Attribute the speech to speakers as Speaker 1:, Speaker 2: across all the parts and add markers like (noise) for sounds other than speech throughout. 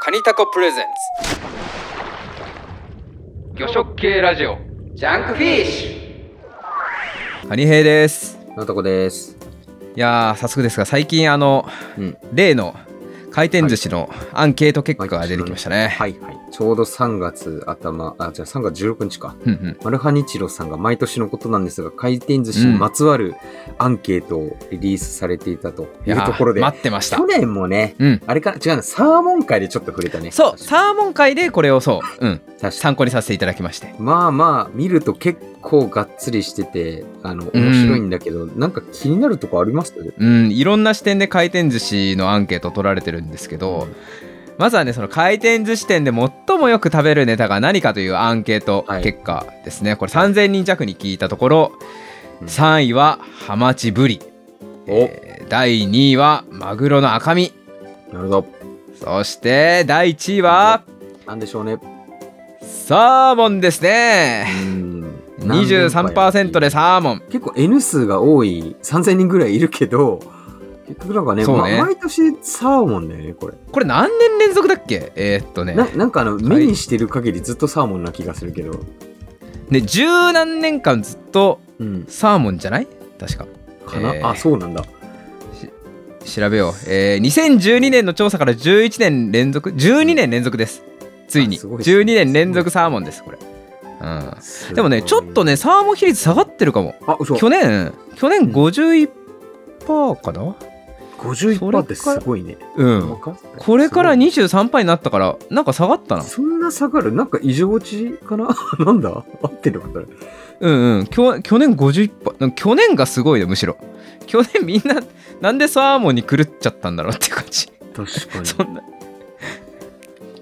Speaker 1: カニタコプレゼンツ魚食系ラジオジャンクフィッシュカニヘイです
Speaker 2: のとこです。
Speaker 1: いやー早速ですが最近あの
Speaker 2: うん。
Speaker 1: 例の回転寿司のアンケート結果が出てきましたね、
Speaker 2: はいはい。ちょうど3月頭、あ、じゃあ3月16日か。
Speaker 1: うんうん
Speaker 2: マルハニチロさんが毎年のことなんですが、回転寿司にまつわるアンケートをリリースされていたと
Speaker 1: い
Speaker 2: いう
Speaker 1: やー
Speaker 2: ところで、
Speaker 1: 待ってました
Speaker 2: 去年もね、
Speaker 1: うん
Speaker 2: あれかな、違うな、サーモン界でちょっと触れたね。
Speaker 1: そう
Speaker 2: 確か
Speaker 1: サーモン界でこれをそう、うん、
Speaker 2: 確か
Speaker 1: 参考にさせていただきまして
Speaker 2: まあまあ、見ると結構がっつりしてて、あの、面白いんだけど、なんか気になるとこあります
Speaker 1: うんいろんな視点で回転寿司のアンケート取られてるんですけど、まずはねその回転寿司店で最もよく食べるネタが何かというアンケート
Speaker 2: はい
Speaker 1: 結果ですね、これ3000人弱に聞いたところ、
Speaker 2: うん
Speaker 1: 3位はハマチブリ、
Speaker 2: お
Speaker 1: えー第2位はマグロの赤身
Speaker 2: なるほど。
Speaker 1: そして第1位は
Speaker 2: なんでしょうね。
Speaker 1: サーモンですね
Speaker 2: うん。
Speaker 1: 23%でサーモン
Speaker 2: 結構 N 数が多い3000人ぐらいいるけど結局なんかね
Speaker 1: そうね
Speaker 2: ま毎年サーモンだよねこれ、
Speaker 1: これ何年連続だっけえーっとね
Speaker 2: ななんかあの目にしてる限りずっとサーモンな気がするけど、
Speaker 1: で十何年間ずっと
Speaker 2: うん
Speaker 1: サーモンじゃない確か
Speaker 2: かな、
Speaker 1: えー
Speaker 2: あそうなんだ
Speaker 1: 調べよう、えー、2012年の調査から11年連続12年連続ですついに
Speaker 2: あすごいですね
Speaker 1: 12年連続サーモンですこれ、うん、でもねちょっと
Speaker 2: ね
Speaker 1: ねサーモン比率下がってるかも
Speaker 2: あ嘘
Speaker 1: 去年去年51%かなそれ
Speaker 2: 51%
Speaker 1: か
Speaker 2: ってすごいね
Speaker 1: うん
Speaker 2: 若い
Speaker 1: これから
Speaker 2: すごい
Speaker 1: 23%になったからなんか下がったな
Speaker 2: そんな下がるなんか異常値かな (laughs) なんだ合ってるかな
Speaker 1: うんうんきょ去年51%なんか去年がすごいねむしろ去年みんななんでサーモンに狂っちゃったんだろうっていう感じ
Speaker 2: 確か
Speaker 1: そ
Speaker 2: に
Speaker 1: んな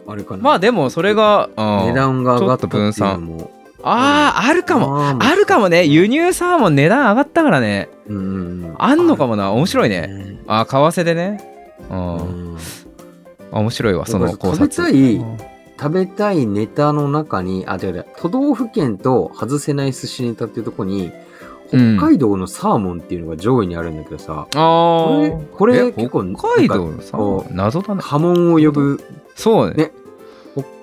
Speaker 2: あれかな
Speaker 1: まあでもそれが、うん
Speaker 2: 値段が上がったっていう
Speaker 1: ちょっと
Speaker 2: の
Speaker 1: 分
Speaker 2: も
Speaker 1: あーあるかも
Speaker 2: あ
Speaker 1: あるかもね輸入サーモン値段上がったからね
Speaker 2: うんうんうん
Speaker 1: あんのかもな面白いね
Speaker 2: ね
Speaker 1: あ為替でねうん、
Speaker 2: うん
Speaker 1: あ面白いわその
Speaker 2: だか
Speaker 1: 考
Speaker 2: ら
Speaker 1: 察
Speaker 2: 食べたい食べたいネタの中に、あ、違う違う、都道府県と外せない寿司ネタっていうとこに、
Speaker 1: うん
Speaker 2: 北海道のサーモンっていうのが上位にあるんだけどさ、
Speaker 1: あー
Speaker 2: これこれ
Speaker 1: え
Speaker 2: 結構なんか
Speaker 1: 北海道のサーモ
Speaker 2: こ
Speaker 1: ン謎だな
Speaker 2: 波紋を呼ぶ、
Speaker 1: そうね
Speaker 2: ね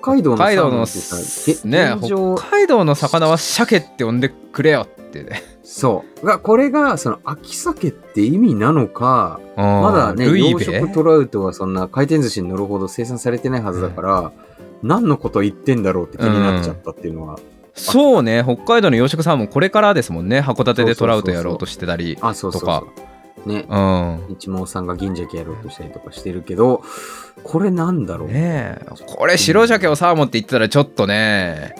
Speaker 2: 北海道の
Speaker 1: 北
Speaker 2: サ
Speaker 1: 海
Speaker 2: ー
Speaker 1: 道
Speaker 2: モン
Speaker 1: の
Speaker 2: ってさ、げ
Speaker 1: ね
Speaker 2: 現状
Speaker 1: 北海道の魚は鮭って呼んでくれよってね
Speaker 2: そう。が、これが、その、秋鮭って意味なのか、ま
Speaker 1: ま
Speaker 2: だね、
Speaker 1: ルイ
Speaker 2: 養
Speaker 1: ベ
Speaker 2: 殖トラウトはそんな回転寿司に乗るほど生産されてないはずだから、何のこと言ってんだろうって気になっちゃったっていうのは、
Speaker 1: そうね北海道の養殖サーモンこれからですもんね函館でトラウトやろうとしてたり
Speaker 2: あ、そうそう
Speaker 1: と
Speaker 2: そう。ね、
Speaker 1: うん
Speaker 2: 一毛さんが銀鮭やろうとしたりとかしてるけどこれなんだろうね
Speaker 1: ねえこれ白鮭をサーモンって言ってたらちょっとね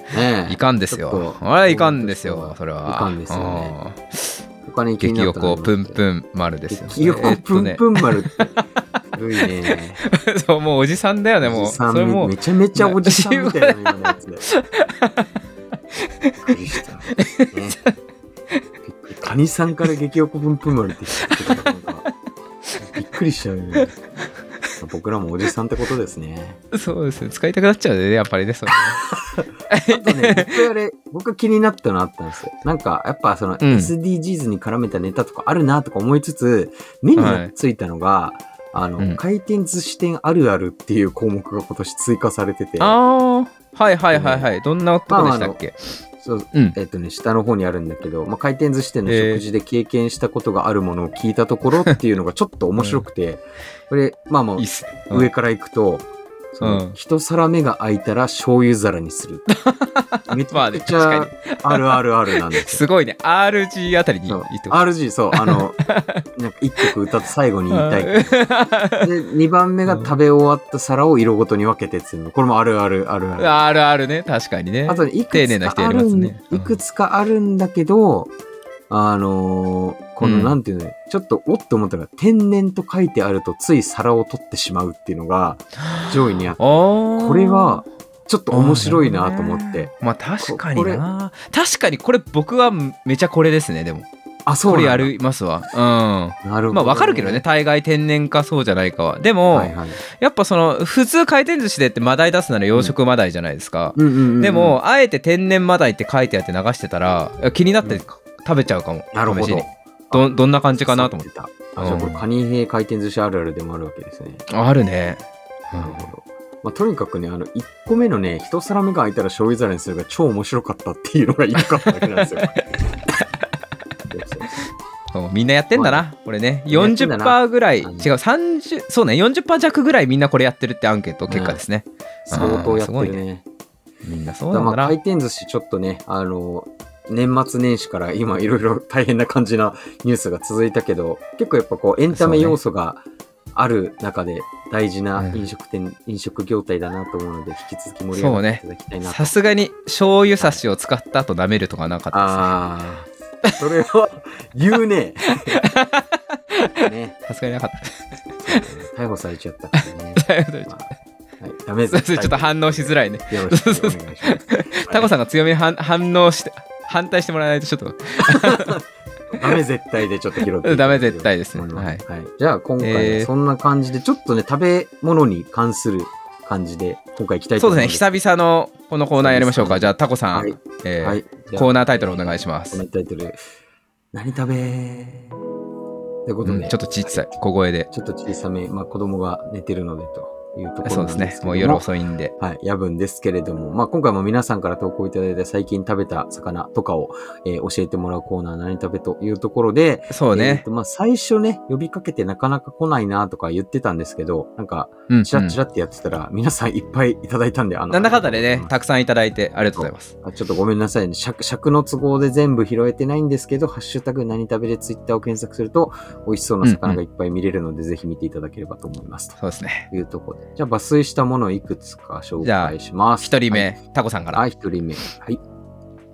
Speaker 1: いかんです
Speaker 2: ちょ
Speaker 1: よ
Speaker 2: っ。と
Speaker 1: あれいかんですよ、それは。
Speaker 2: いかんですよね
Speaker 1: うん。
Speaker 2: 他に気に
Speaker 1: 激
Speaker 2: なったの
Speaker 1: 横
Speaker 2: は
Speaker 1: プンプン丸ですよ。
Speaker 2: 激横プンプン丸って古いね
Speaker 1: えっとねそう、もうおじさんだよね、も
Speaker 2: お
Speaker 1: う。
Speaker 2: じ
Speaker 1: そ
Speaker 2: さん
Speaker 1: れもう
Speaker 2: め、ちゃめちゃおじさんみたいな今のやつでびっくりした、ね、カニさんから激横プンプン丸って言ってたからなんかびっくりしちゃうよね僕らもおじさんってことですね
Speaker 1: そうですね、使いたくなっちゃうね、やっぱりね。そ
Speaker 2: (laughs)
Speaker 1: れね
Speaker 2: あと
Speaker 1: (laughs)
Speaker 2: ね、僕あれ、僕気になったのあったんですよ。なんか、やっぱその
Speaker 1: うん
Speaker 2: SDGs に絡めたネタとかあるなとか思いつつ、目についたのが、あの、
Speaker 1: うん
Speaker 2: 回転寿司店あるあるっていう項目が今年追加されてて、
Speaker 1: ああ、はいはいはいはい。どんなとこでしたっけ
Speaker 2: そう
Speaker 1: うん。
Speaker 2: えっとね、下の方にあるんだけど、まあ、回転寿司店の
Speaker 1: えー
Speaker 2: 食事で経験したことがあるものを聞いたところっていうのがちょっと面白くて、これ、まあもう
Speaker 1: いいっ、すね。うん
Speaker 2: 上から行くと、その
Speaker 1: うん
Speaker 2: 一皿目が空いたら醤油皿にす
Speaker 1: (laughs)
Speaker 2: る。めち
Speaker 1: まあ
Speaker 2: ゃ
Speaker 1: ね
Speaker 2: く
Speaker 1: 確
Speaker 2: ちゃ
Speaker 1: か
Speaker 2: あるあるあるなんですよ
Speaker 1: に。すごいね。RG あたりにい
Speaker 2: そ
Speaker 1: いうってこと。
Speaker 2: RG そう
Speaker 1: (laughs)
Speaker 2: あのなんか一曲歌って最後に言いたいで
Speaker 1: あ
Speaker 2: 2番目が食べ終わった皿を色ごとに分けてっていうのこれもあるあるあるある
Speaker 1: あるあるね、確かにね。
Speaker 2: あとねいく
Speaker 1: 丁寧
Speaker 2: つ
Speaker 1: な
Speaker 2: か
Speaker 1: 人や
Speaker 2: あ
Speaker 1: りま
Speaker 2: る
Speaker 1: す
Speaker 2: ん、
Speaker 1: ね。
Speaker 2: いくつかあるんだけどあのーこ
Speaker 1: う
Speaker 2: の
Speaker 1: ん
Speaker 2: なんていうの、ちょっとおっと思ったのが天然と書いてあるとつい皿を取ってしまうっていうのが上位にあって
Speaker 1: こ
Speaker 2: これはちょっと面白いなと思って
Speaker 1: まあ確かに
Speaker 2: ここ
Speaker 1: な確かにこれ僕はめちゃこれですねでも
Speaker 2: あそう
Speaker 1: こ
Speaker 2: な
Speaker 1: れ
Speaker 2: んだ
Speaker 1: やりますわう
Speaker 2: なる
Speaker 1: ん
Speaker 2: ほど、
Speaker 1: まあわかるけどね大概天然かそうじゃないかはでも、
Speaker 2: はいはい
Speaker 1: やっぱその普通回転寿司でってマダイ出すなら養殖マダイじゃないですか、
Speaker 2: うんうんうんうん
Speaker 1: でもあえて天然マダイって書いてあって流してたらいや気になって食べちゃうかも、
Speaker 2: なるほ
Speaker 1: 試しに
Speaker 2: ど
Speaker 1: どどんな感じかなと思って
Speaker 2: た。あ、じゃあこれ、
Speaker 1: うん
Speaker 2: カニ兵回転寿司あるあるでもあるわけですね。
Speaker 1: あるね、うん
Speaker 2: なるほど。まあ、とにかくね、あの、1個目のね、一皿目が空いたら醤油皿にするが超面白かったっていうのが1個あっただけなん
Speaker 1: (laughs)
Speaker 2: ですよ。そうそう
Speaker 1: そうみんなやってんだな、これね
Speaker 2: やってんだな
Speaker 1: 40%ぐらい違う
Speaker 2: うん
Speaker 1: 30そうね40%弱ぐらいみんなこれやってるってアンケート結果ですね、
Speaker 2: 相当やって
Speaker 1: あーすご
Speaker 2: る
Speaker 1: い
Speaker 2: ね。
Speaker 1: みんなそう
Speaker 2: だか
Speaker 1: な
Speaker 2: ら
Speaker 1: ん
Speaker 2: ま
Speaker 1: だ
Speaker 2: あ
Speaker 1: な、
Speaker 2: 回転寿司ちょっとね、あの、年末年始から今いろいろ大変な感じなニュースが続いたけど、結構やっぱこうエンタメ要素がある中で大事な
Speaker 1: うん
Speaker 2: 飲食店、飲食業態だなと思うので、引き続き盛り上げていただきたいなと。
Speaker 1: さすがに醤油差しを使った後舐めるとかなかった
Speaker 2: ああ、それは言うね。ね、
Speaker 1: ですねさすがになかった (laughs)
Speaker 2: 逮捕されちゃったからね。
Speaker 1: です
Speaker 2: まあはい、ダメ
Speaker 1: いま
Speaker 2: です。
Speaker 1: せんちょっと反応しづらいね
Speaker 2: よろしくお願いします。
Speaker 1: タコさんが強めに反反応して反対してもらわないとちょっと
Speaker 2: ダメ絶対でちょっと拾っていただきたい。
Speaker 1: ダメ絶対ですねはい
Speaker 2: じゃあ今回は
Speaker 1: えー
Speaker 2: そんな感じで、ちょっとね、食べ物に関する感じで、今回行きたいと
Speaker 1: そう
Speaker 2: 思
Speaker 1: で
Speaker 2: い
Speaker 1: すね
Speaker 2: ます。
Speaker 1: 久々のこのコーナーやりましょうかじゃあタコさん、
Speaker 2: はい
Speaker 1: えー
Speaker 2: はい。じゃあ
Speaker 1: コーナータイトルお願いしま
Speaker 2: コー
Speaker 1: す、
Speaker 2: ナータイトル。何食べーということ
Speaker 1: うん
Speaker 2: で、
Speaker 1: ちょっと小さい小声で
Speaker 2: ちょっと小さめ、まあ子供が寝てるのでというところなんで
Speaker 1: そう
Speaker 2: すけど
Speaker 1: ですねもう夜遅いんで
Speaker 2: はい、夜分ですけれども、まあ、今回も皆さんから投稿いただいた最近食べた魚とかを、えー教えてもらうコーナー何食べというところで、
Speaker 1: そう
Speaker 2: えー
Speaker 1: ね、
Speaker 2: とまあ、最初ね、呼びかけてなかなか来ないなとか言ってたんですけど、なんか、
Speaker 1: うんうん
Speaker 2: チラッチラってやってたら、皆さんいっぱいいただいたんで、あの、
Speaker 1: なんだかんだでね
Speaker 2: あ
Speaker 1: たくさんいただいてありがとうございます
Speaker 2: あちょっとごめんなさいね尺。尺の都合で全部拾えてないんですけど、ハッシュタグ何食べでツイッターを検索すると、美味しそうな魚がいっぱい見れるので、ぜひ見ていただければと思います。
Speaker 1: そうですね
Speaker 2: というところで。じゃあ、抜粋したものをいくつか紹介します。
Speaker 1: 一人目、
Speaker 2: はい
Speaker 1: タコさんから、
Speaker 2: はい、一人目。はい。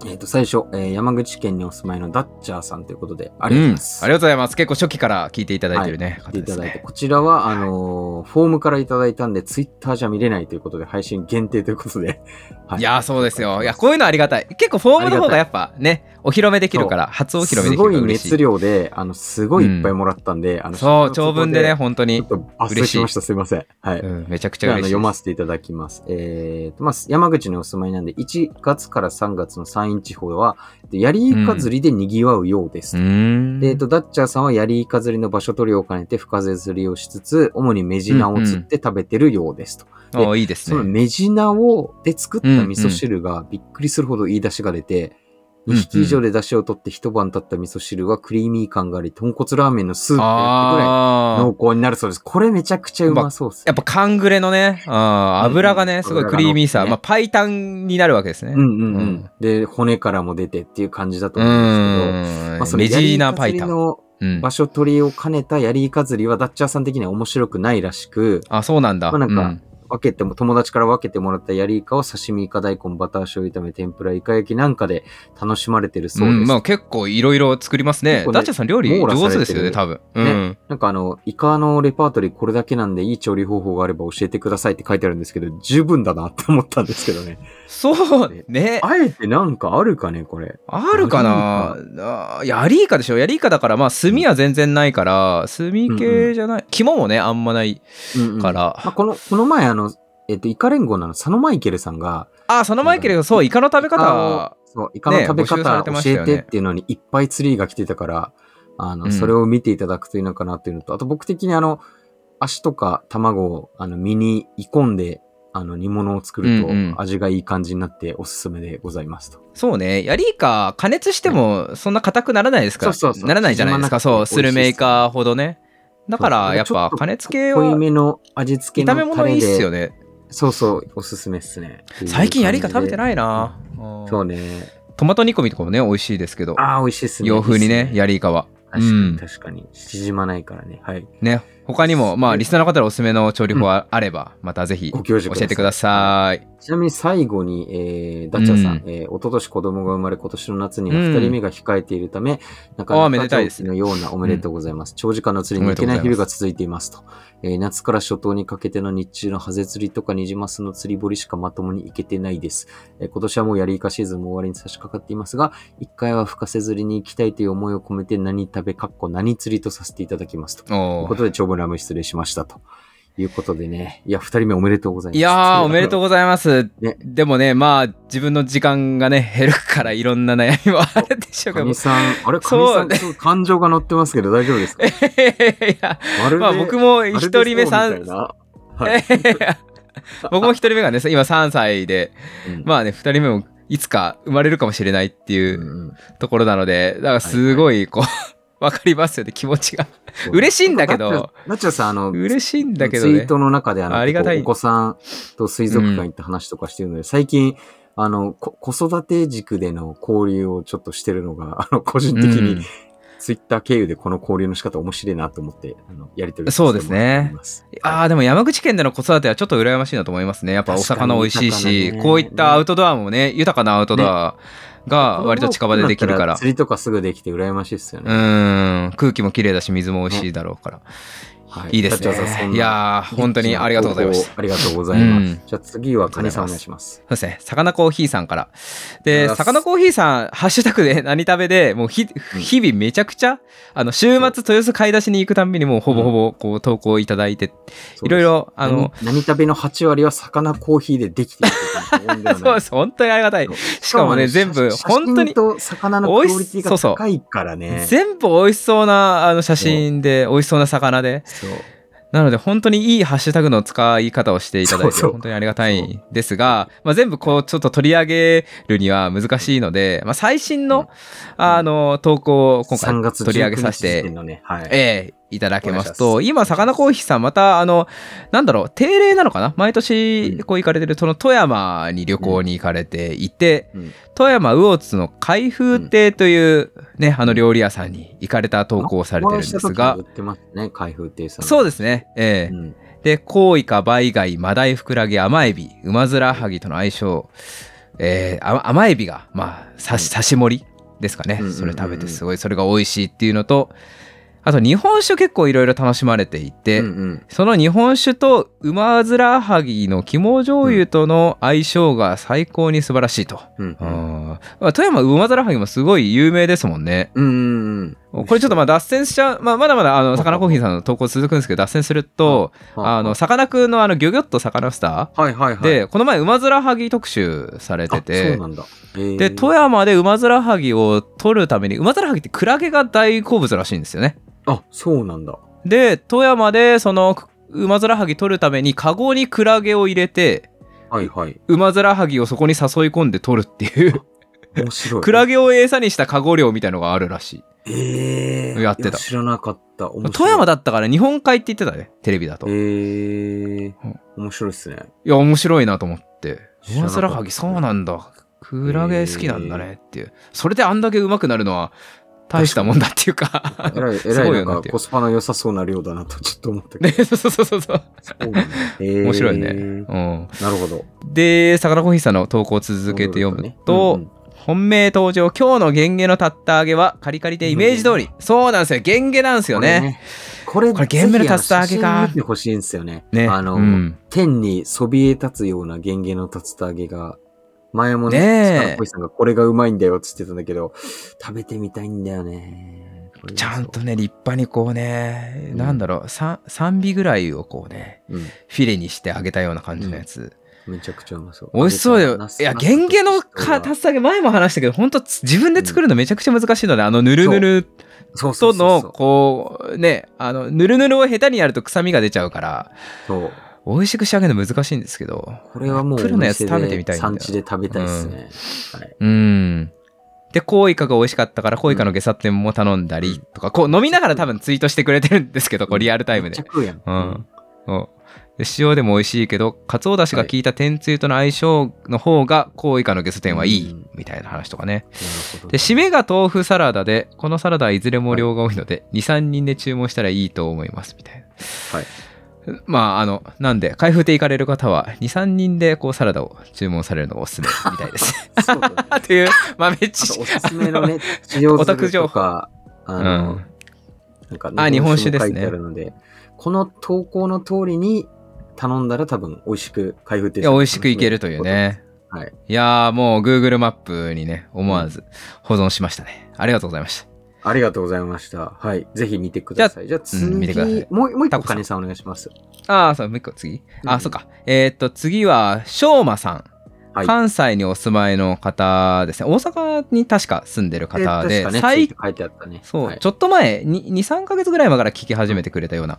Speaker 2: えっ、と、最初、えー山口県にお住まいのダッチャーさんということで、ありがとうございます。
Speaker 1: うんありがとうございます結構初期から聞いていただいてるね、
Speaker 2: 来
Speaker 1: 方
Speaker 2: てい
Speaker 1: で
Speaker 2: た
Speaker 1: す
Speaker 2: だいて、
Speaker 1: ね
Speaker 2: こちらは、あのーフォームからいただいたんで、ツイッターじゃ見れないということで、配信限定というこ
Speaker 1: (laughs)
Speaker 2: とで。はい
Speaker 1: やーそうですよいやこういうのありがたい結構フォームの方がやっぱねお披露目できるから初お披露目
Speaker 2: す
Speaker 1: できる
Speaker 2: ご
Speaker 1: から
Speaker 2: い
Speaker 1: 嬉しい
Speaker 2: 熱量で、あの、すごいいっぱいもらったんで、あの、
Speaker 1: そう長文でね
Speaker 2: ち
Speaker 1: 本当に
Speaker 2: ょっ、と圧倒しました。すいません。はい。
Speaker 1: うん、めちゃくち
Speaker 2: じゃ
Speaker 1: ゃ
Speaker 2: ああの
Speaker 1: 嬉しい
Speaker 2: 読ませていただきます。えーとまあ、山口にお住まいなんで、1月から3月の山陰地方は、で槍イカ釣りで賑わうようです
Speaker 1: う。ーん
Speaker 2: で、えっと、ダッチャーさんは槍イカ釣りの場所取りを兼ねて深瀬釣りをしつつ、主にメジナを釣って食べてるようですと。
Speaker 1: おーいいです
Speaker 2: その
Speaker 1: ね
Speaker 2: メジナを、で作った味噌汁がびっくりするほどいい出汁が出て、
Speaker 1: うん
Speaker 2: 2匹以上で出汁を取って一晩経った味噌汁はクリーミー感があり、豚骨ラーメンのスープってくらい
Speaker 1: あー
Speaker 2: 濃厚になるそうです。これめちゃくちゃうまそうです。
Speaker 1: やっぱ缶グレのね、あー
Speaker 2: うん
Speaker 1: 油がね、すごいクリーミーさ、
Speaker 2: 油
Speaker 1: まあ、パイタンになるわけですね。
Speaker 2: うんうんう
Speaker 1: うんん。
Speaker 2: で、骨からも出てっていう感じだと
Speaker 1: う
Speaker 2: 思うんですけど、
Speaker 1: ーん。
Speaker 2: まあその
Speaker 1: メジーナパ
Speaker 2: 槍
Speaker 1: イ
Speaker 2: イ
Speaker 1: タ
Speaker 2: カ釣り
Speaker 1: ン。
Speaker 2: の
Speaker 1: うん
Speaker 2: 場。所取りを兼ねた槍イカ釣りはダッチャーさん的には面白くないらしく、
Speaker 1: あ、そうなんだ。
Speaker 2: まあなんか
Speaker 1: うん
Speaker 2: 分けても、友達から分けてもらったヤリイカを刺身イカ大根、バター醤油炒め、天ぷらイカ焼きなんかで楽しまれてるそう
Speaker 1: う
Speaker 2: です。
Speaker 1: ん、まあ結構いろいろ作りますね
Speaker 2: 結構ね
Speaker 1: ダッチャさん料理
Speaker 2: 網羅さ
Speaker 1: 上
Speaker 2: れて
Speaker 1: 手です
Speaker 2: る
Speaker 1: よね多分うん
Speaker 2: なんかあの、イカのレパートリーこれだけなんでいい調理方法があれば教えてくださいって書いてあるんですけど、十分だなって思ったんですけどね。
Speaker 1: そうね
Speaker 2: (laughs) あえてなんかあるかね、これ。
Speaker 1: あるかなあーヤリイカでしょヤリイカだからまあ炭は全然ないから炭系じゃない肝もねあんまない
Speaker 2: うんうん
Speaker 1: か。ら
Speaker 2: まあ、この、この前あの、えっと、イカ連合のあの佐野マイケルさんが、
Speaker 1: あーその前けれどそうイカの食べ
Speaker 2: イカ
Speaker 1: 方
Speaker 2: をそう、イカの食
Speaker 1: ね
Speaker 2: べ
Speaker 1: 募集さ
Speaker 2: 方
Speaker 1: れてました
Speaker 2: 教
Speaker 1: よね
Speaker 2: えてっていうのにいっぱいツリーが来てたから、あの、
Speaker 1: うん
Speaker 2: それを見ていただくといいのかなっていうのと、あと僕的にあの、足とか卵をあの身に煮込んで、あの煮物を作ると
Speaker 1: うんうん
Speaker 2: 味がいい感じになっておすすめでございますと。
Speaker 1: そうねヤリイカ加熱してもそんな硬くならないですから
Speaker 2: そうそうそう
Speaker 1: ならないじゃないですか
Speaker 2: 縮ま
Speaker 1: そ
Speaker 2: な
Speaker 1: う
Speaker 2: くて
Speaker 1: スルメイカほどねだからやっぱ加熱系
Speaker 2: 濃い
Speaker 1: は
Speaker 2: めの味付けの
Speaker 1: 炒
Speaker 2: タ
Speaker 1: め
Speaker 2: レで
Speaker 1: 物いいっすよね
Speaker 2: そうそう、おすすめっすね。
Speaker 1: 最近ヤリイカ食べてないいな
Speaker 2: う感じで。そう
Speaker 1: ね
Speaker 2: ね。
Speaker 1: トマト煮込みとかもね美味しいですけど
Speaker 2: ああ、美味しいっすね。
Speaker 1: 洋風に
Speaker 2: いいっ
Speaker 1: ね
Speaker 2: す
Speaker 1: ヤリイカは
Speaker 2: 確か
Speaker 1: うん
Speaker 2: に、確かに。縮まないからね。はい。
Speaker 1: ね他にもまあリスナーの方のおすすめの調理法ああればまたぜひ
Speaker 2: ご
Speaker 1: 教
Speaker 2: 教授
Speaker 1: えてください
Speaker 2: ちなみに最後に、えー、ダッチャーさん、
Speaker 1: う
Speaker 2: えー、おととし子供が生まれ、今年の夏には2人目が控えているため、なか
Speaker 1: あーめ
Speaker 2: な
Speaker 1: で
Speaker 2: か
Speaker 1: たいで
Speaker 2: 長
Speaker 1: す
Speaker 2: 期
Speaker 1: ね
Speaker 2: のようなおめでとうございます。長時間の釣りに行けない日々が続いていますと。えー夏から初冬にかけての日中のハゼ釣りとかニジマスの釣り堀しかまともに行けてないです。えー今年はもうやりイカシーズンも終わりに差し掛かっていますが、一回は深瀬釣りに行きたいという思いを込めて何食べ、かっこ何釣りとさせていただきますと。という
Speaker 1: お
Speaker 2: こ
Speaker 1: ー
Speaker 2: とで、長文ラム失礼しましたと。いうことでね、いや、二人目おめでとうございます。
Speaker 1: いやーおめでとうございます
Speaker 2: ね
Speaker 1: でもねまあ自分の時間がね減るからいろんな悩みもあるでしょうけ
Speaker 2: か
Speaker 1: ど
Speaker 2: みさん、あれ、かみ
Speaker 1: そ
Speaker 2: さ、
Speaker 1: うん
Speaker 2: ちょっと感情が乗ってますけど、大丈
Speaker 1: (laughs)
Speaker 2: 夫です
Speaker 1: (laughs)
Speaker 2: か
Speaker 1: いや
Speaker 2: まるで
Speaker 1: まあ僕も
Speaker 2: まるで
Speaker 1: 一人目
Speaker 2: そう
Speaker 1: さ
Speaker 2: みたい
Speaker 1: ん
Speaker 2: なはい、
Speaker 1: いやいや (laughs) 僕も1人目がね今3歳でまあね2人目もいつか生まれるかもしれないってい
Speaker 2: あ
Speaker 1: うところなのでだからすごいこう、 (laughs) 分かりますよね気持ちが嬉しいんだけど。
Speaker 2: なっちゃんさん、あの、
Speaker 1: 嬉しいんだけど
Speaker 2: ツイー
Speaker 1: ね
Speaker 2: トの中で、あの、
Speaker 1: ありがたい
Speaker 2: お子さんと水族館行った話とかしてるので、最近、あの、こ子育て軸での交流をちょっとしてるのが、あ (laughs) の、個人的
Speaker 1: う
Speaker 2: に
Speaker 1: ん、
Speaker 2: ツイッター経由でこの交流の仕方面白いなと思って、あの、やり取り
Speaker 1: そうですねあ
Speaker 2: あ、
Speaker 1: あでも山口県での子育てはちょっと羨ましいなと思いますねやっぱお魚美味しい
Speaker 2: 確かに
Speaker 1: し、
Speaker 2: 豊かなね
Speaker 1: こういったアウトドアもね豊かなアウトドアが割と近場でできるから、
Speaker 2: 釣りとかすぐできて羨ましいですよ
Speaker 1: う
Speaker 2: ね。
Speaker 1: ん空気も綺麗だし水も美味しいだろうから、
Speaker 2: はい
Speaker 1: いですね
Speaker 2: なっちゃんさんそんない
Speaker 1: やー本当にありがとうございました
Speaker 2: ありがとうございます。
Speaker 1: うん
Speaker 2: じゃあ次はカニさんお願いします。
Speaker 1: そうですね。さかなコーヒーさんから。
Speaker 2: あり
Speaker 1: で、
Speaker 2: がとうございます
Speaker 1: さかなコーヒーさん、ハッシュタグで (laughs) 何食べで、もうひ、
Speaker 2: うん
Speaker 1: 日々めちゃくちゃ、あの、週末豊洲買い出しに行くたんびにもうほぼほぼ、こう、投稿いただいて、いろいろ、あの、
Speaker 2: 何、何食べの8割は魚コーヒーでできているとい
Speaker 1: (laughs) (laughs)
Speaker 2: う
Speaker 1: そうです。本当にありがたい。しかもね、全部、本当に
Speaker 2: 写真、と魚のクオリティが高いからね。
Speaker 1: 全部美味しそうな、あの、写真で、美味しそうな魚で。
Speaker 2: そう
Speaker 1: なので、本当にいいハッシュタグの使い方をしていただいて、
Speaker 2: そうそう
Speaker 1: 本当にありがたいんですが、まあ、全部こう、ちょっと取り上げるには難しいので、まあ、最新
Speaker 2: うん
Speaker 1: の、あの、投稿を今
Speaker 2: 3
Speaker 1: 回
Speaker 2: 月
Speaker 1: 取り上げさせ
Speaker 2: 19日時
Speaker 1: て
Speaker 2: 点のね、はい。
Speaker 1: ええいただけます
Speaker 2: お
Speaker 1: と
Speaker 2: 願いし
Speaker 1: 今
Speaker 2: ます
Speaker 1: さかなコーヒーさんまたあのなんだろう定例なのかな毎年こう行かれてるその富山に旅行に行かれていて、
Speaker 2: うん
Speaker 1: 富山魚津の開封亭というね、あの料理屋さんに行かれた投稿をされてるんですが
Speaker 2: お会いした時に売ってますね、開封亭さん。
Speaker 1: そう
Speaker 2: で
Speaker 1: ですねええ
Speaker 2: うん。
Speaker 1: で、コウイカ、バイガイ、マダイ、フクラゲ、甘エビ、ウマヅラハギとの相性、えー、あ甘エビが、まあ、刺し刺し盛りですかね
Speaker 2: うんうんうんう。ん
Speaker 1: それ食べてすごい、それが美味しいっていうのと、あと日本酒結構いろいろ楽しまれていて、
Speaker 2: うんうん
Speaker 1: その日本酒とウマヅラハギの肝醤油との相性が最高に素晴らしいと。
Speaker 2: うん
Speaker 1: う
Speaker 2: うんん
Speaker 1: まあ富山ウマヅラハギもすごい有名ですもんね。
Speaker 2: うんうんうん。
Speaker 1: これちょっとまあ脱線しちゃう、まあ、まだまだあの、さかなコーヒーさんの投稿続くんですけど、脱線すると、あの、さかなクンのあの、ギョギョッとサカナスタ
Speaker 2: はいは
Speaker 1: ー
Speaker 2: いはい。
Speaker 1: で、この前、馬面ハギ特集され
Speaker 2: あ、
Speaker 1: てて
Speaker 2: そうな、んだ。えー
Speaker 1: で、富山で馬面ハギを取るために、馬面ハギってクラゲが大好物らしいんですよね。
Speaker 2: あ、そうなんだ。
Speaker 1: で、富山で、その、馬面ハギ取るために、カゴにクラゲを入れて、
Speaker 2: はいはい。
Speaker 1: 馬面ハギをそこに誘い込んで取るって
Speaker 2: (laughs)
Speaker 1: いう、(laughs)
Speaker 2: 面白い。
Speaker 1: クラゲを餌にしたカゴ漁みたいのがあるらしい。
Speaker 2: えー
Speaker 1: やってた
Speaker 2: い知らなかった。面白い
Speaker 1: 富山だったから日本海って言ってたね、テレビだと。
Speaker 2: え
Speaker 1: い
Speaker 2: ー
Speaker 1: うん、
Speaker 2: 面白いですね。
Speaker 1: や、面白いなと思って。
Speaker 2: 知
Speaker 1: 馬
Speaker 2: らなかった
Speaker 1: 面ハギ、そうなんだ。クラゲ好きなんだねっていう。それであんだけ上手くなるのは大したもんだっていうか。
Speaker 2: (laughs) え
Speaker 1: (laughs)
Speaker 2: らい、え
Speaker 1: す
Speaker 2: らい
Speaker 1: ごい
Speaker 2: な
Speaker 1: よなんってい
Speaker 2: か
Speaker 1: う
Speaker 2: コスパの良さそうな量だなとちょっと思ったけ
Speaker 1: ね、
Speaker 2: ど。
Speaker 1: そうそうそうそう。
Speaker 2: そうなんだえー
Speaker 1: 面白いねうん、
Speaker 2: なるほど。
Speaker 1: で、さかなコーヒーさんの投稿を続けて読むと、
Speaker 2: うんうん
Speaker 1: 本命登場、今日のゲンゲのたった揚げはカリカリでイメージ通り。そうなんですよ、ゲンゲなんですよね。。
Speaker 2: これね、
Speaker 1: これゲンゲの竜田揚げか
Speaker 2: ぜひあの写真見てほしいんですよね。
Speaker 1: ね。
Speaker 2: あの、
Speaker 1: うん
Speaker 2: 天にそびえ立つようなゲンゲの竜田揚げが、前もね、
Speaker 1: ねえ
Speaker 2: スカラポイさんがこれがうまいんだよって言ってたんだけど、食べてみたいんだよね。これ
Speaker 1: ちゃんとね、立派にこうね、
Speaker 2: うん
Speaker 1: なんだろう、3, 尾ぐらいをこうね、
Speaker 2: うん
Speaker 1: フィレにして揚げたような感じのやつ。
Speaker 2: めちゃくちゃうまそう。
Speaker 1: 美味しそうだ
Speaker 2: 揚げ
Speaker 1: よ
Speaker 2: たナ。ス
Speaker 1: いや、
Speaker 2: ナ
Speaker 1: 原
Speaker 2: ス
Speaker 1: 型の
Speaker 2: としょうが
Speaker 1: か竜田揚げ前も話したけど、本当自分で作るのめちゃくちゃ難しいので、あのぬるぬる
Speaker 2: そう
Speaker 1: と
Speaker 2: そうそう
Speaker 1: の、
Speaker 2: そう
Speaker 1: こう、ね、あの、ぬるぬるを下手にやると臭みが出ちゃうから、
Speaker 2: そう。
Speaker 1: 美味しく仕上げるの難しいんですけど、
Speaker 2: これはもう、
Speaker 1: プロのやつ食べてみたいんだよ
Speaker 2: 産地で食べたいですね。はい。
Speaker 1: うん。で、コウイカが美味しかったから、コウイカのゲサ店も頼んだりとか、こう飲みながら多分ツイートしてくれてるんですけど、こうリアルタイム
Speaker 2: めっ
Speaker 1: で
Speaker 2: ちゃ。食うやん。
Speaker 1: うん。うんで塩でも美味しいけど、カツオだしが効いた天つゆとの相性の方が、コウイカのゲソ店はいい、
Speaker 2: うん
Speaker 1: みたいな話とかね。で
Speaker 2: で、
Speaker 1: 締めが豆腐サラダでこのサラダはいずれも量が多いので23人で注文したらいいと思いますみたいな
Speaker 2: はい
Speaker 1: まああのなんで開封で行かれる方は23人でこうサラダを注文されるのがお
Speaker 2: (laughs)
Speaker 1: すすめみたいです (laughs)
Speaker 2: そうだねあ
Speaker 1: という豆
Speaker 2: と
Speaker 1: 知
Speaker 2: おすすめのね、使用
Speaker 1: オタク
Speaker 2: する
Speaker 1: 情
Speaker 2: と
Speaker 1: 報
Speaker 2: か、
Speaker 1: う
Speaker 2: あの、
Speaker 1: ん、
Speaker 2: なんか
Speaker 1: あ日本酒
Speaker 2: も
Speaker 1: ですね
Speaker 2: 書いてあるので、この投稿の通りに頼んだら多分美味しく開封って
Speaker 1: いや美味しくいけるという。ね
Speaker 2: はい
Speaker 1: いやーもう Google マップにね思わず保存しましたねありがとうございました
Speaker 2: ありがとうございました。はい。ぜひ見てください。じゃあ次、
Speaker 1: うん見てください
Speaker 2: もうもう一
Speaker 1: タ
Speaker 2: 個
Speaker 1: コさん
Speaker 2: 金さんお願いします。
Speaker 1: ああ、そう、もう一個次。あ、
Speaker 2: うん
Speaker 1: そうか。えーっと、次は、しょうまさん。
Speaker 2: はい
Speaker 1: 関西にお住まいの方ですね大阪に確か住んでる方
Speaker 2: え
Speaker 1: で、
Speaker 2: ー確かね、
Speaker 1: 最
Speaker 2: ツイート書いてあったね。
Speaker 1: そう、
Speaker 2: はい
Speaker 1: ちょっと前23か月ぐらい前から聞き始めてくれたような、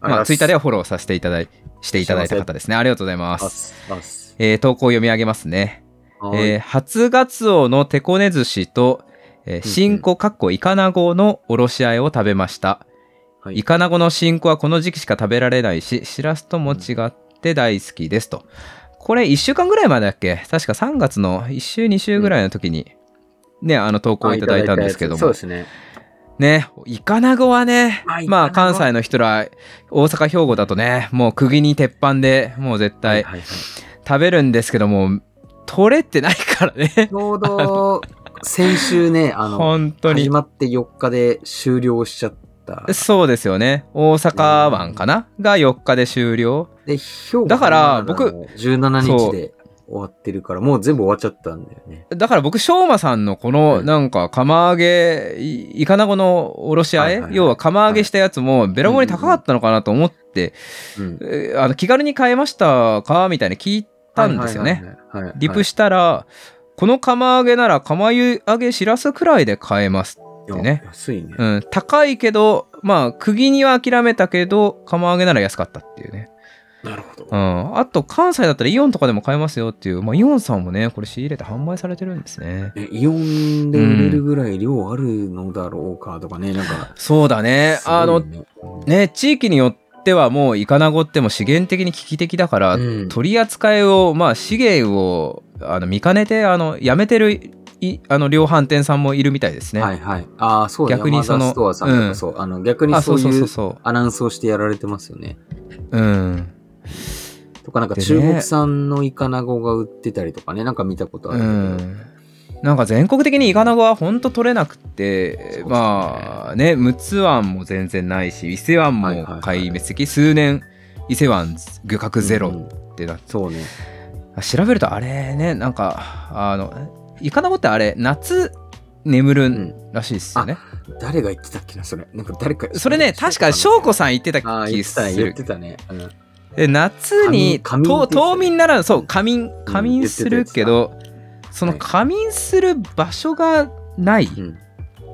Speaker 1: まあ、ツイッターではフォローさせていただいしていただいた方ですねありがとうございま
Speaker 2: ありがとうご
Speaker 1: す、
Speaker 2: ざいます。
Speaker 1: えー投稿を読み上げますね、
Speaker 2: あ
Speaker 1: えー初ガツオの手こね寿司と、えー、新子かっこイカナゴのおろしあえを食べました、
Speaker 2: はい
Speaker 1: イカナゴの新子はこの時期しか食べられないし、しらすとも違って大好きですと。これ1週間ぐらい前だっけ確か3月の1週2週ぐらいの時に、ね、あの投稿いただいたんですけど
Speaker 2: そう
Speaker 1: も
Speaker 2: で。すね。
Speaker 1: ね、イカナゴはね
Speaker 2: まあ、
Speaker 1: まあ
Speaker 2: イカナゴ
Speaker 1: 関西の人ら、大阪、兵庫だとね、もう釘に鉄板でもう絶対
Speaker 2: はいはいはい
Speaker 1: 食べるんですけども、取れてないからね
Speaker 2: ち。ょうど、先週ね、あの、
Speaker 1: 本当に
Speaker 2: 始。まって4日で終了しちゃった。
Speaker 1: そうですよね。大阪湾かなが4日で終了。
Speaker 2: で、今日
Speaker 1: だから僕
Speaker 2: 17日で終わってるから、もう全部終わっちゃったんだよね。
Speaker 1: だから僕、昌磨さんのこの、
Speaker 2: うん
Speaker 1: なんか、釜揚げ、いイカナゴのおろしあ
Speaker 2: はい
Speaker 1: え
Speaker 2: はいはい
Speaker 1: 要は釜揚げしたやつも、べらぼうに高かったのかなと思って、
Speaker 2: うん。
Speaker 1: えーあの気軽に買えましたかみたいに聞いたんですよね。
Speaker 2: はいはいはいはい。
Speaker 1: リプ
Speaker 2: し
Speaker 1: したら、この釜揚げなら釜揚げしらすくらいで買えます。てね
Speaker 2: 安いね。
Speaker 1: うん、高いけど、まあ、釘には諦めたけど、釜揚げなら安かったっていうね。
Speaker 2: なるほど
Speaker 1: う。ん。あと、関西だったらイオンとかでも買えますよっていう、まあ、イオンさんもね、これ仕入れて販売されてるんですね。
Speaker 2: えイオンで売れるぐらい量あるのだろうかとかね、なんか。
Speaker 1: そうだね。あの
Speaker 2: す、ごいね、
Speaker 1: ね、地域によってはもうイカナゴっても資源的に危機的だから、
Speaker 2: うん
Speaker 1: 取り扱いを、まあ、資源をあの見かねてあのやめてるいあの量販店さんもいるみたいですね。
Speaker 2: はいはい。ああ、そうだ
Speaker 1: 逆にその
Speaker 2: ヤマダストアさんとかそう、あの、逆に
Speaker 1: あ
Speaker 2: そ
Speaker 1: そううそう
Speaker 2: い
Speaker 1: そううそ
Speaker 2: アナウンスをしてやられてますよね。
Speaker 1: う。うん。
Speaker 2: とか、なんか
Speaker 1: でね
Speaker 2: 中国産のイカナゴが売ってたりとかね、なんか見たことあ
Speaker 1: う
Speaker 2: るんだけど。
Speaker 1: ん。なんか全国的にイカナゴはほんと取れなく
Speaker 2: そうです
Speaker 1: て、
Speaker 2: ね
Speaker 1: まあね、陸奥湾も全然ないし、伊勢湾も
Speaker 2: はいはいはい
Speaker 1: 壊滅的、数年伊勢湾漁獲ゼ
Speaker 2: う
Speaker 1: ロ
Speaker 2: ん
Speaker 1: ってなっ
Speaker 2: そうね。
Speaker 1: 調べるとあれねなんかあのイカナゴってあれ夏眠るんらしいですよね、
Speaker 2: 誰が言ってたっけな、それ。なんか誰か。
Speaker 1: それね確か
Speaker 2: 翔
Speaker 1: 翔子さん言ってた
Speaker 2: ああ、
Speaker 1: 気
Speaker 2: 言ってたね、
Speaker 1: す
Speaker 2: 言っ
Speaker 1: る
Speaker 2: てたね。うん
Speaker 1: で夏に
Speaker 2: 仮
Speaker 1: と
Speaker 2: 眠仮眠って言ってたね
Speaker 1: 冬眠ならそう仮眠仮
Speaker 2: 言
Speaker 1: 眠
Speaker 2: ってた
Speaker 1: するけど、その
Speaker 2: はい
Speaker 1: 仮眠する場所がない
Speaker 2: うん。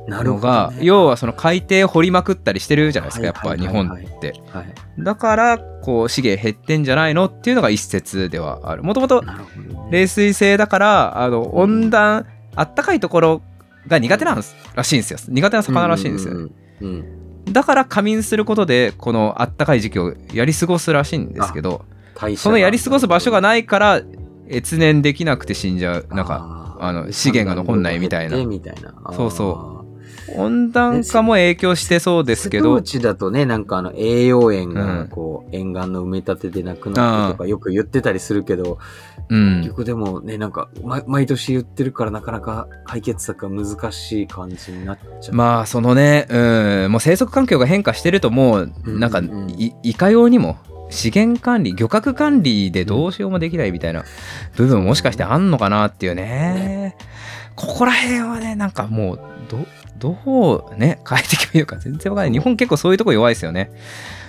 Speaker 2: なる
Speaker 1: の
Speaker 2: ほど、
Speaker 1: が、
Speaker 2: ね。
Speaker 1: 要はその海底掘りまくったりしてるじゃないですかやっ
Speaker 2: は
Speaker 1: ぱ
Speaker 2: いは
Speaker 1: 日
Speaker 2: いはい
Speaker 1: 本
Speaker 2: はい
Speaker 1: って
Speaker 2: はい。
Speaker 1: だからこう資源減ってんじゃないのっていうのが一説ではあるもともと
Speaker 2: なるほど、ね。
Speaker 1: 冷水性だからあの温暖あったかいところが苦手なんすらしいんですよ苦手な魚らしいんですよ、ね
Speaker 2: うんうんうんうん
Speaker 1: だから仮眠することでこのあったかい時期をやり過ごすらしいんですけど
Speaker 2: 代謝が
Speaker 1: そのやり過ごす場所がないから越年できなくて死んじゃうなんか
Speaker 2: か
Speaker 1: あの資源が残んないみたいな
Speaker 2: みたいなあー
Speaker 1: そうそ温暖化も影響してそうですけ
Speaker 2: 瀬戸
Speaker 1: ど
Speaker 2: 内だとね、なんかあの栄養塩
Speaker 1: う
Speaker 2: が
Speaker 1: ん
Speaker 2: こう、沿岸の埋め立てでなくなってとかよく言ってたりするけど、
Speaker 1: う
Speaker 2: 結
Speaker 1: ん
Speaker 2: 局でもね、なんか、ま、毎年言ってるからなかなか解決策が難しい感じになっちゃう。
Speaker 1: まあそのねうんもう生息環境が変化してるともうなんか
Speaker 2: うんうんうん
Speaker 1: いいかようにも資源管理漁獲管理でどうしようもできないみたいな部分もしかしてあんのかなっていうねここら辺はねなんかもうどどうね変えていけばいいのか全然わかんない日本結構そういうとこ弱いですよね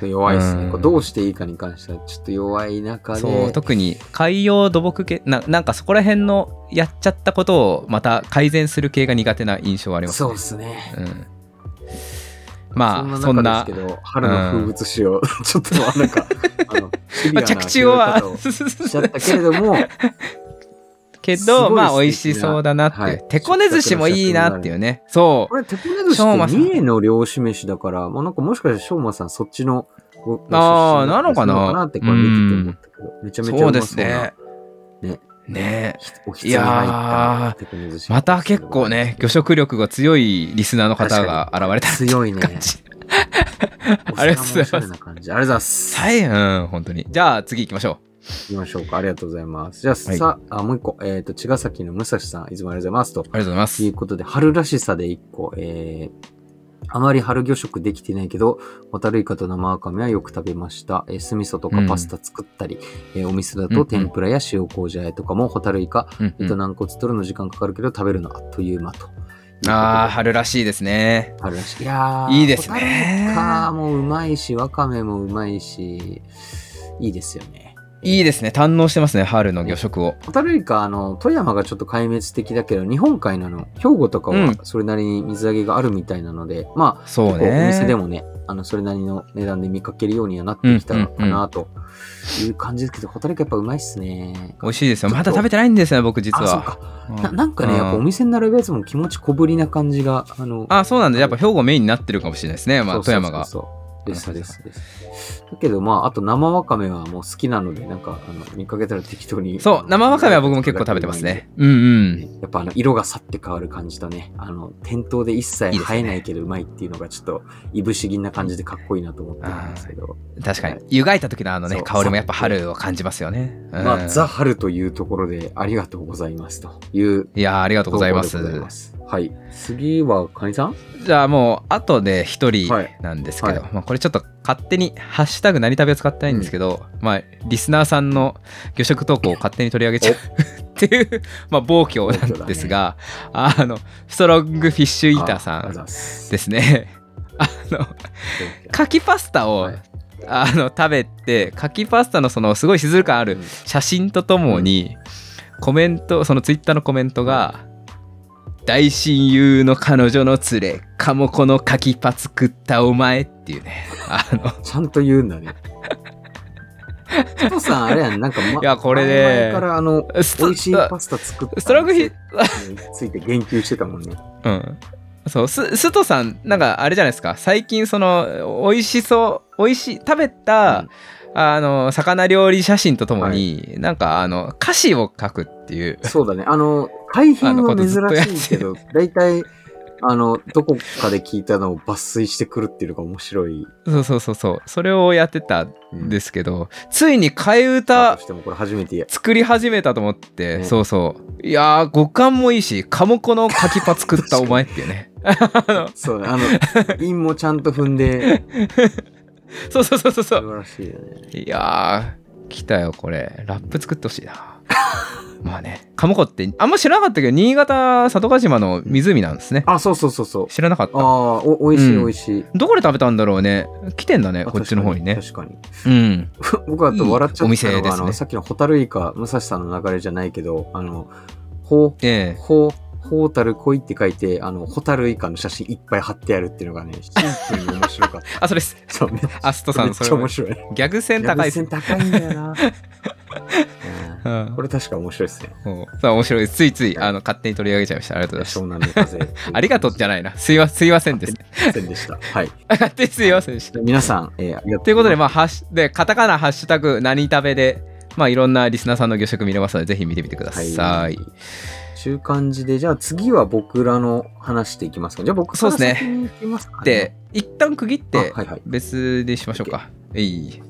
Speaker 2: 弱いですね。
Speaker 1: うん
Speaker 2: こうどうしていいかに関してはちょっと弱い中で。
Speaker 1: そう特に海洋土木系ななんかそこら辺のやっちゃったことをまた改善する系が苦手な印象はあります
Speaker 2: そう
Speaker 1: ね
Speaker 2: ですね。
Speaker 1: うん、まあ
Speaker 2: そ
Speaker 1: そ
Speaker 2: ん
Speaker 1: ん
Speaker 2: な
Speaker 1: な
Speaker 2: 中ですけど、春の風物詩を、 (laughs) ちょっとなんか、あの、シビ
Speaker 1: (laughs) ま
Speaker 2: ア
Speaker 1: あ
Speaker 2: な
Speaker 1: 着地を
Speaker 2: (laughs)
Speaker 1: は
Speaker 2: 広げ方をしちゃったけれ
Speaker 1: (laughs)
Speaker 2: ども、
Speaker 1: け
Speaker 2: すご
Speaker 1: ど
Speaker 2: い
Speaker 1: まあ
Speaker 2: 素敵な
Speaker 1: 美味しそうだなって
Speaker 2: は
Speaker 1: いう、
Speaker 2: い
Speaker 1: 手こね寿司もいいなっていうねそ
Speaker 2: これ、テコネ寿司って三重の漁師飯だから、もうなんかもしかしたら、しょうまさんそっちのごご出身
Speaker 1: あーなのかな
Speaker 2: だったりするのかなって、これ見てて思ったけど、めちゃ
Speaker 1: う
Speaker 2: めちゃ
Speaker 1: そう
Speaker 2: う
Speaker 1: で
Speaker 2: ますそうな
Speaker 1: ね。
Speaker 2: ね
Speaker 1: ね
Speaker 2: おひつに入
Speaker 1: い
Speaker 2: った
Speaker 1: やー
Speaker 2: テコネ寿司。
Speaker 1: また結構ね魚食力が強いリスナーの方が現れたって
Speaker 2: 強いね
Speaker 1: 感じ
Speaker 2: あ
Speaker 1: あ
Speaker 2: り
Speaker 1: りが
Speaker 2: がと
Speaker 1: と
Speaker 2: う
Speaker 1: うございますす
Speaker 2: ございま。おしゃれな感じ。ありがとうございます。
Speaker 1: はいうん本当にじゃあ次行きましょ
Speaker 2: 行きましょうか。ありがとうございます。じゃあ、
Speaker 1: はい
Speaker 2: さあ、もう一個、えっ、と、茅ヶ崎の武蔵さん、いつもありがとうございます。と
Speaker 1: うありがとうございま
Speaker 2: とい
Speaker 1: す
Speaker 2: うことで、春らしさで一個、えー、あまり春魚食できてないけど、ホタルイカと生ワカメはよく食べました。えー酢味噌とかパスタ作ったり、えーお店
Speaker 1: うん
Speaker 2: だ
Speaker 1: う
Speaker 2: と
Speaker 1: ん
Speaker 2: 天ぷらや塩麹あえとかもホタルイカ、
Speaker 1: うん
Speaker 2: え
Speaker 1: う
Speaker 2: っ
Speaker 1: ん
Speaker 2: と軟骨取るの時間かかるけど食べるのあっという間
Speaker 1: あ
Speaker 2: と。
Speaker 1: ー
Speaker 2: いうことで
Speaker 1: 春らしいですね
Speaker 2: 春らしい。いやー
Speaker 1: いいですね
Speaker 2: ホタルイカもうまいし、ワカメもうまいし、いいですよね。
Speaker 1: いいですね堪能してますね春の魚食を
Speaker 2: ホタルイカ、あの、富山がちょっと壊滅的だけど、日本海なの、兵庫とか
Speaker 1: う
Speaker 2: は
Speaker 1: ん
Speaker 2: それなりに水揚げがあるみたいなので、まあ、
Speaker 1: そう
Speaker 2: 結構お
Speaker 1: ね
Speaker 2: 店でもね、あの、それなりの値段で見かけるようにはなってきたのか
Speaker 1: うんうん
Speaker 2: なという感じですけど、ホタルイカやっぱうまいっすね。
Speaker 1: 美味しいですよまだ食べてないんですよ僕実
Speaker 2: あ、そう
Speaker 1: は
Speaker 2: か。
Speaker 1: うん
Speaker 2: ななんかね、やっぱお店に並ぶやつも気持ち小ぶりな感じが、あの、
Speaker 1: あそうなんだやっぱ兵庫メインになってるかもしれないですね、まあ、
Speaker 2: そ
Speaker 1: 富
Speaker 2: うそうそう
Speaker 1: 山が
Speaker 2: そうですですです。だけど、まあ、あと生わかめはもう好きなので、なんか、あの見かけたら適当に。
Speaker 1: そう生わかめは僕も結構食べてますね。うんうん
Speaker 2: やっぱあの色がさって変わる感じとね、あの店頭で一切生えないけどうまいっていうのがちょっといぶし銀な感じでかっこいいなと思ってるんですけど、
Speaker 1: 確かに湯がいた時のあのね
Speaker 2: そう
Speaker 1: 香りもやっぱ春を感じますよね、うん
Speaker 2: まあ、ザ・春というところでありがとうございますという
Speaker 1: いやーありがと
Speaker 2: と
Speaker 1: うございます
Speaker 2: す。はい。次は、かにさん
Speaker 1: じゃあもうあとで一人
Speaker 2: はい
Speaker 1: なんですけど、
Speaker 2: は
Speaker 1: まあ、これちょっと勝手に「ハッシュタグ何食べ」を使ってないんですけど、まあリスナーさんの魚食投稿を勝手に取り上げちゃう (laughs) っていう、まあ、暴挙なんですが、あのストロングフィッシュイーターさ
Speaker 2: ああり
Speaker 1: ん
Speaker 2: がとうございます
Speaker 1: ですねあのかきパスタを、
Speaker 2: はい
Speaker 1: あの食べてかきパスタのそのすごい静感ある
Speaker 2: うん
Speaker 1: 写真とともに、コメントそのツイッターのコメントが「大親友の彼女の連れかもこのかきパツ食ったお前」っていうねあの
Speaker 2: ちゃんと言うんだね。ストさん、あれやん、なんか、ま、
Speaker 1: いやこれね
Speaker 2: 前々からあの、
Speaker 1: ス
Speaker 2: 美
Speaker 1: ト
Speaker 2: 味しいパスタ作った
Speaker 1: ストロングヒ
Speaker 2: について言及してたもんね。
Speaker 1: うんそうすストさんなんかあれじゃないですか最近その美味しそう美味しい食べた、
Speaker 2: うん
Speaker 1: あの魚料理写真とともに、なんかあの歌詞を書くっていう
Speaker 2: そうだね。あの、改編
Speaker 1: あのこ
Speaker 2: は珍
Speaker 1: とずっとやってる
Speaker 2: しいけど、大体、あの、どこかで聞いたのを抜粋してくるっていうのが面白い。
Speaker 1: そうそうそうそうそれをやってた
Speaker 2: うん
Speaker 1: ですけど、ついに替え
Speaker 2: だ
Speaker 1: 歌
Speaker 2: としてもこれ初めて。
Speaker 1: 作り始めたと思って、
Speaker 2: ね
Speaker 1: そうそういやー五感もいいしカモコのかきパ作ったお前っていうね
Speaker 2: そうね。あの、韻もちゃんと踏んで、
Speaker 1: そうそうそうそうそ
Speaker 2: 素
Speaker 1: う
Speaker 2: 晴らしいよね。
Speaker 1: いやー来たよこれラップ作ってほしいな (laughs) まあねカモコってあんま知らなかったけど新潟佐渡島の湖なんですね
Speaker 2: あ、そうそうそうそう。
Speaker 1: 知らなかっ
Speaker 2: あ
Speaker 1: た
Speaker 2: あ、おいしい
Speaker 1: うん
Speaker 2: おいしい。
Speaker 1: どこで食べたんだろうね来てんだね
Speaker 2: あ
Speaker 1: こっちの方にね
Speaker 2: 確かに。
Speaker 1: うん
Speaker 2: 確かに (laughs) 僕はあと笑っちゃ
Speaker 1: いいお
Speaker 2: った
Speaker 1: 店
Speaker 2: の
Speaker 1: で
Speaker 2: が、
Speaker 1: す
Speaker 2: あ
Speaker 1: ね
Speaker 2: の、さっきのホタルイカ、武蔵さんの流れじゃないけど、あの、ほ、
Speaker 1: ええ
Speaker 2: ほ、ホータル恋って書いて、あの、ホタルイカの写真いっぱい貼ってあるっていうのがね、シンプルに面白
Speaker 1: (laughs)
Speaker 2: かった。
Speaker 1: あそれです
Speaker 2: そうね。
Speaker 1: アストさ
Speaker 2: め
Speaker 1: ん
Speaker 2: っ
Speaker 1: そ
Speaker 2: ち
Speaker 1: れ
Speaker 2: ゃ面
Speaker 1: も
Speaker 2: 白い。
Speaker 1: ギャグ線高いです
Speaker 2: 線高いん
Speaker 1: (laughs)
Speaker 2: だよな。
Speaker 1: う
Speaker 2: うん
Speaker 1: ん
Speaker 2: これ確か面白いですね。
Speaker 1: もうさあ面白いですついつい
Speaker 2: はい
Speaker 1: あの勝手に取り上げちゃいましたありがとうござい
Speaker 2: 湘
Speaker 1: ま
Speaker 2: 南の風。
Speaker 1: すありがとうじゃないなすいませんすいませんですね
Speaker 2: せんでした。はい。
Speaker 1: 勝手にすいませんでした
Speaker 2: 皆さん、えー、ありが
Speaker 1: ということで
Speaker 2: ま
Speaker 1: まあハッシュでカタカナ「ハッシュタグ何食べで」まあいろんなリスナーさんの魚食見れますのでぜひ見てみてください、
Speaker 2: はい。中間じで、じゃあ次は僕らの話していきますか。じゃあ僕から
Speaker 1: そうですね
Speaker 2: 先に行きますかね
Speaker 1: で一旦区切って
Speaker 2: あはいはい
Speaker 1: 別でしましょうか、えい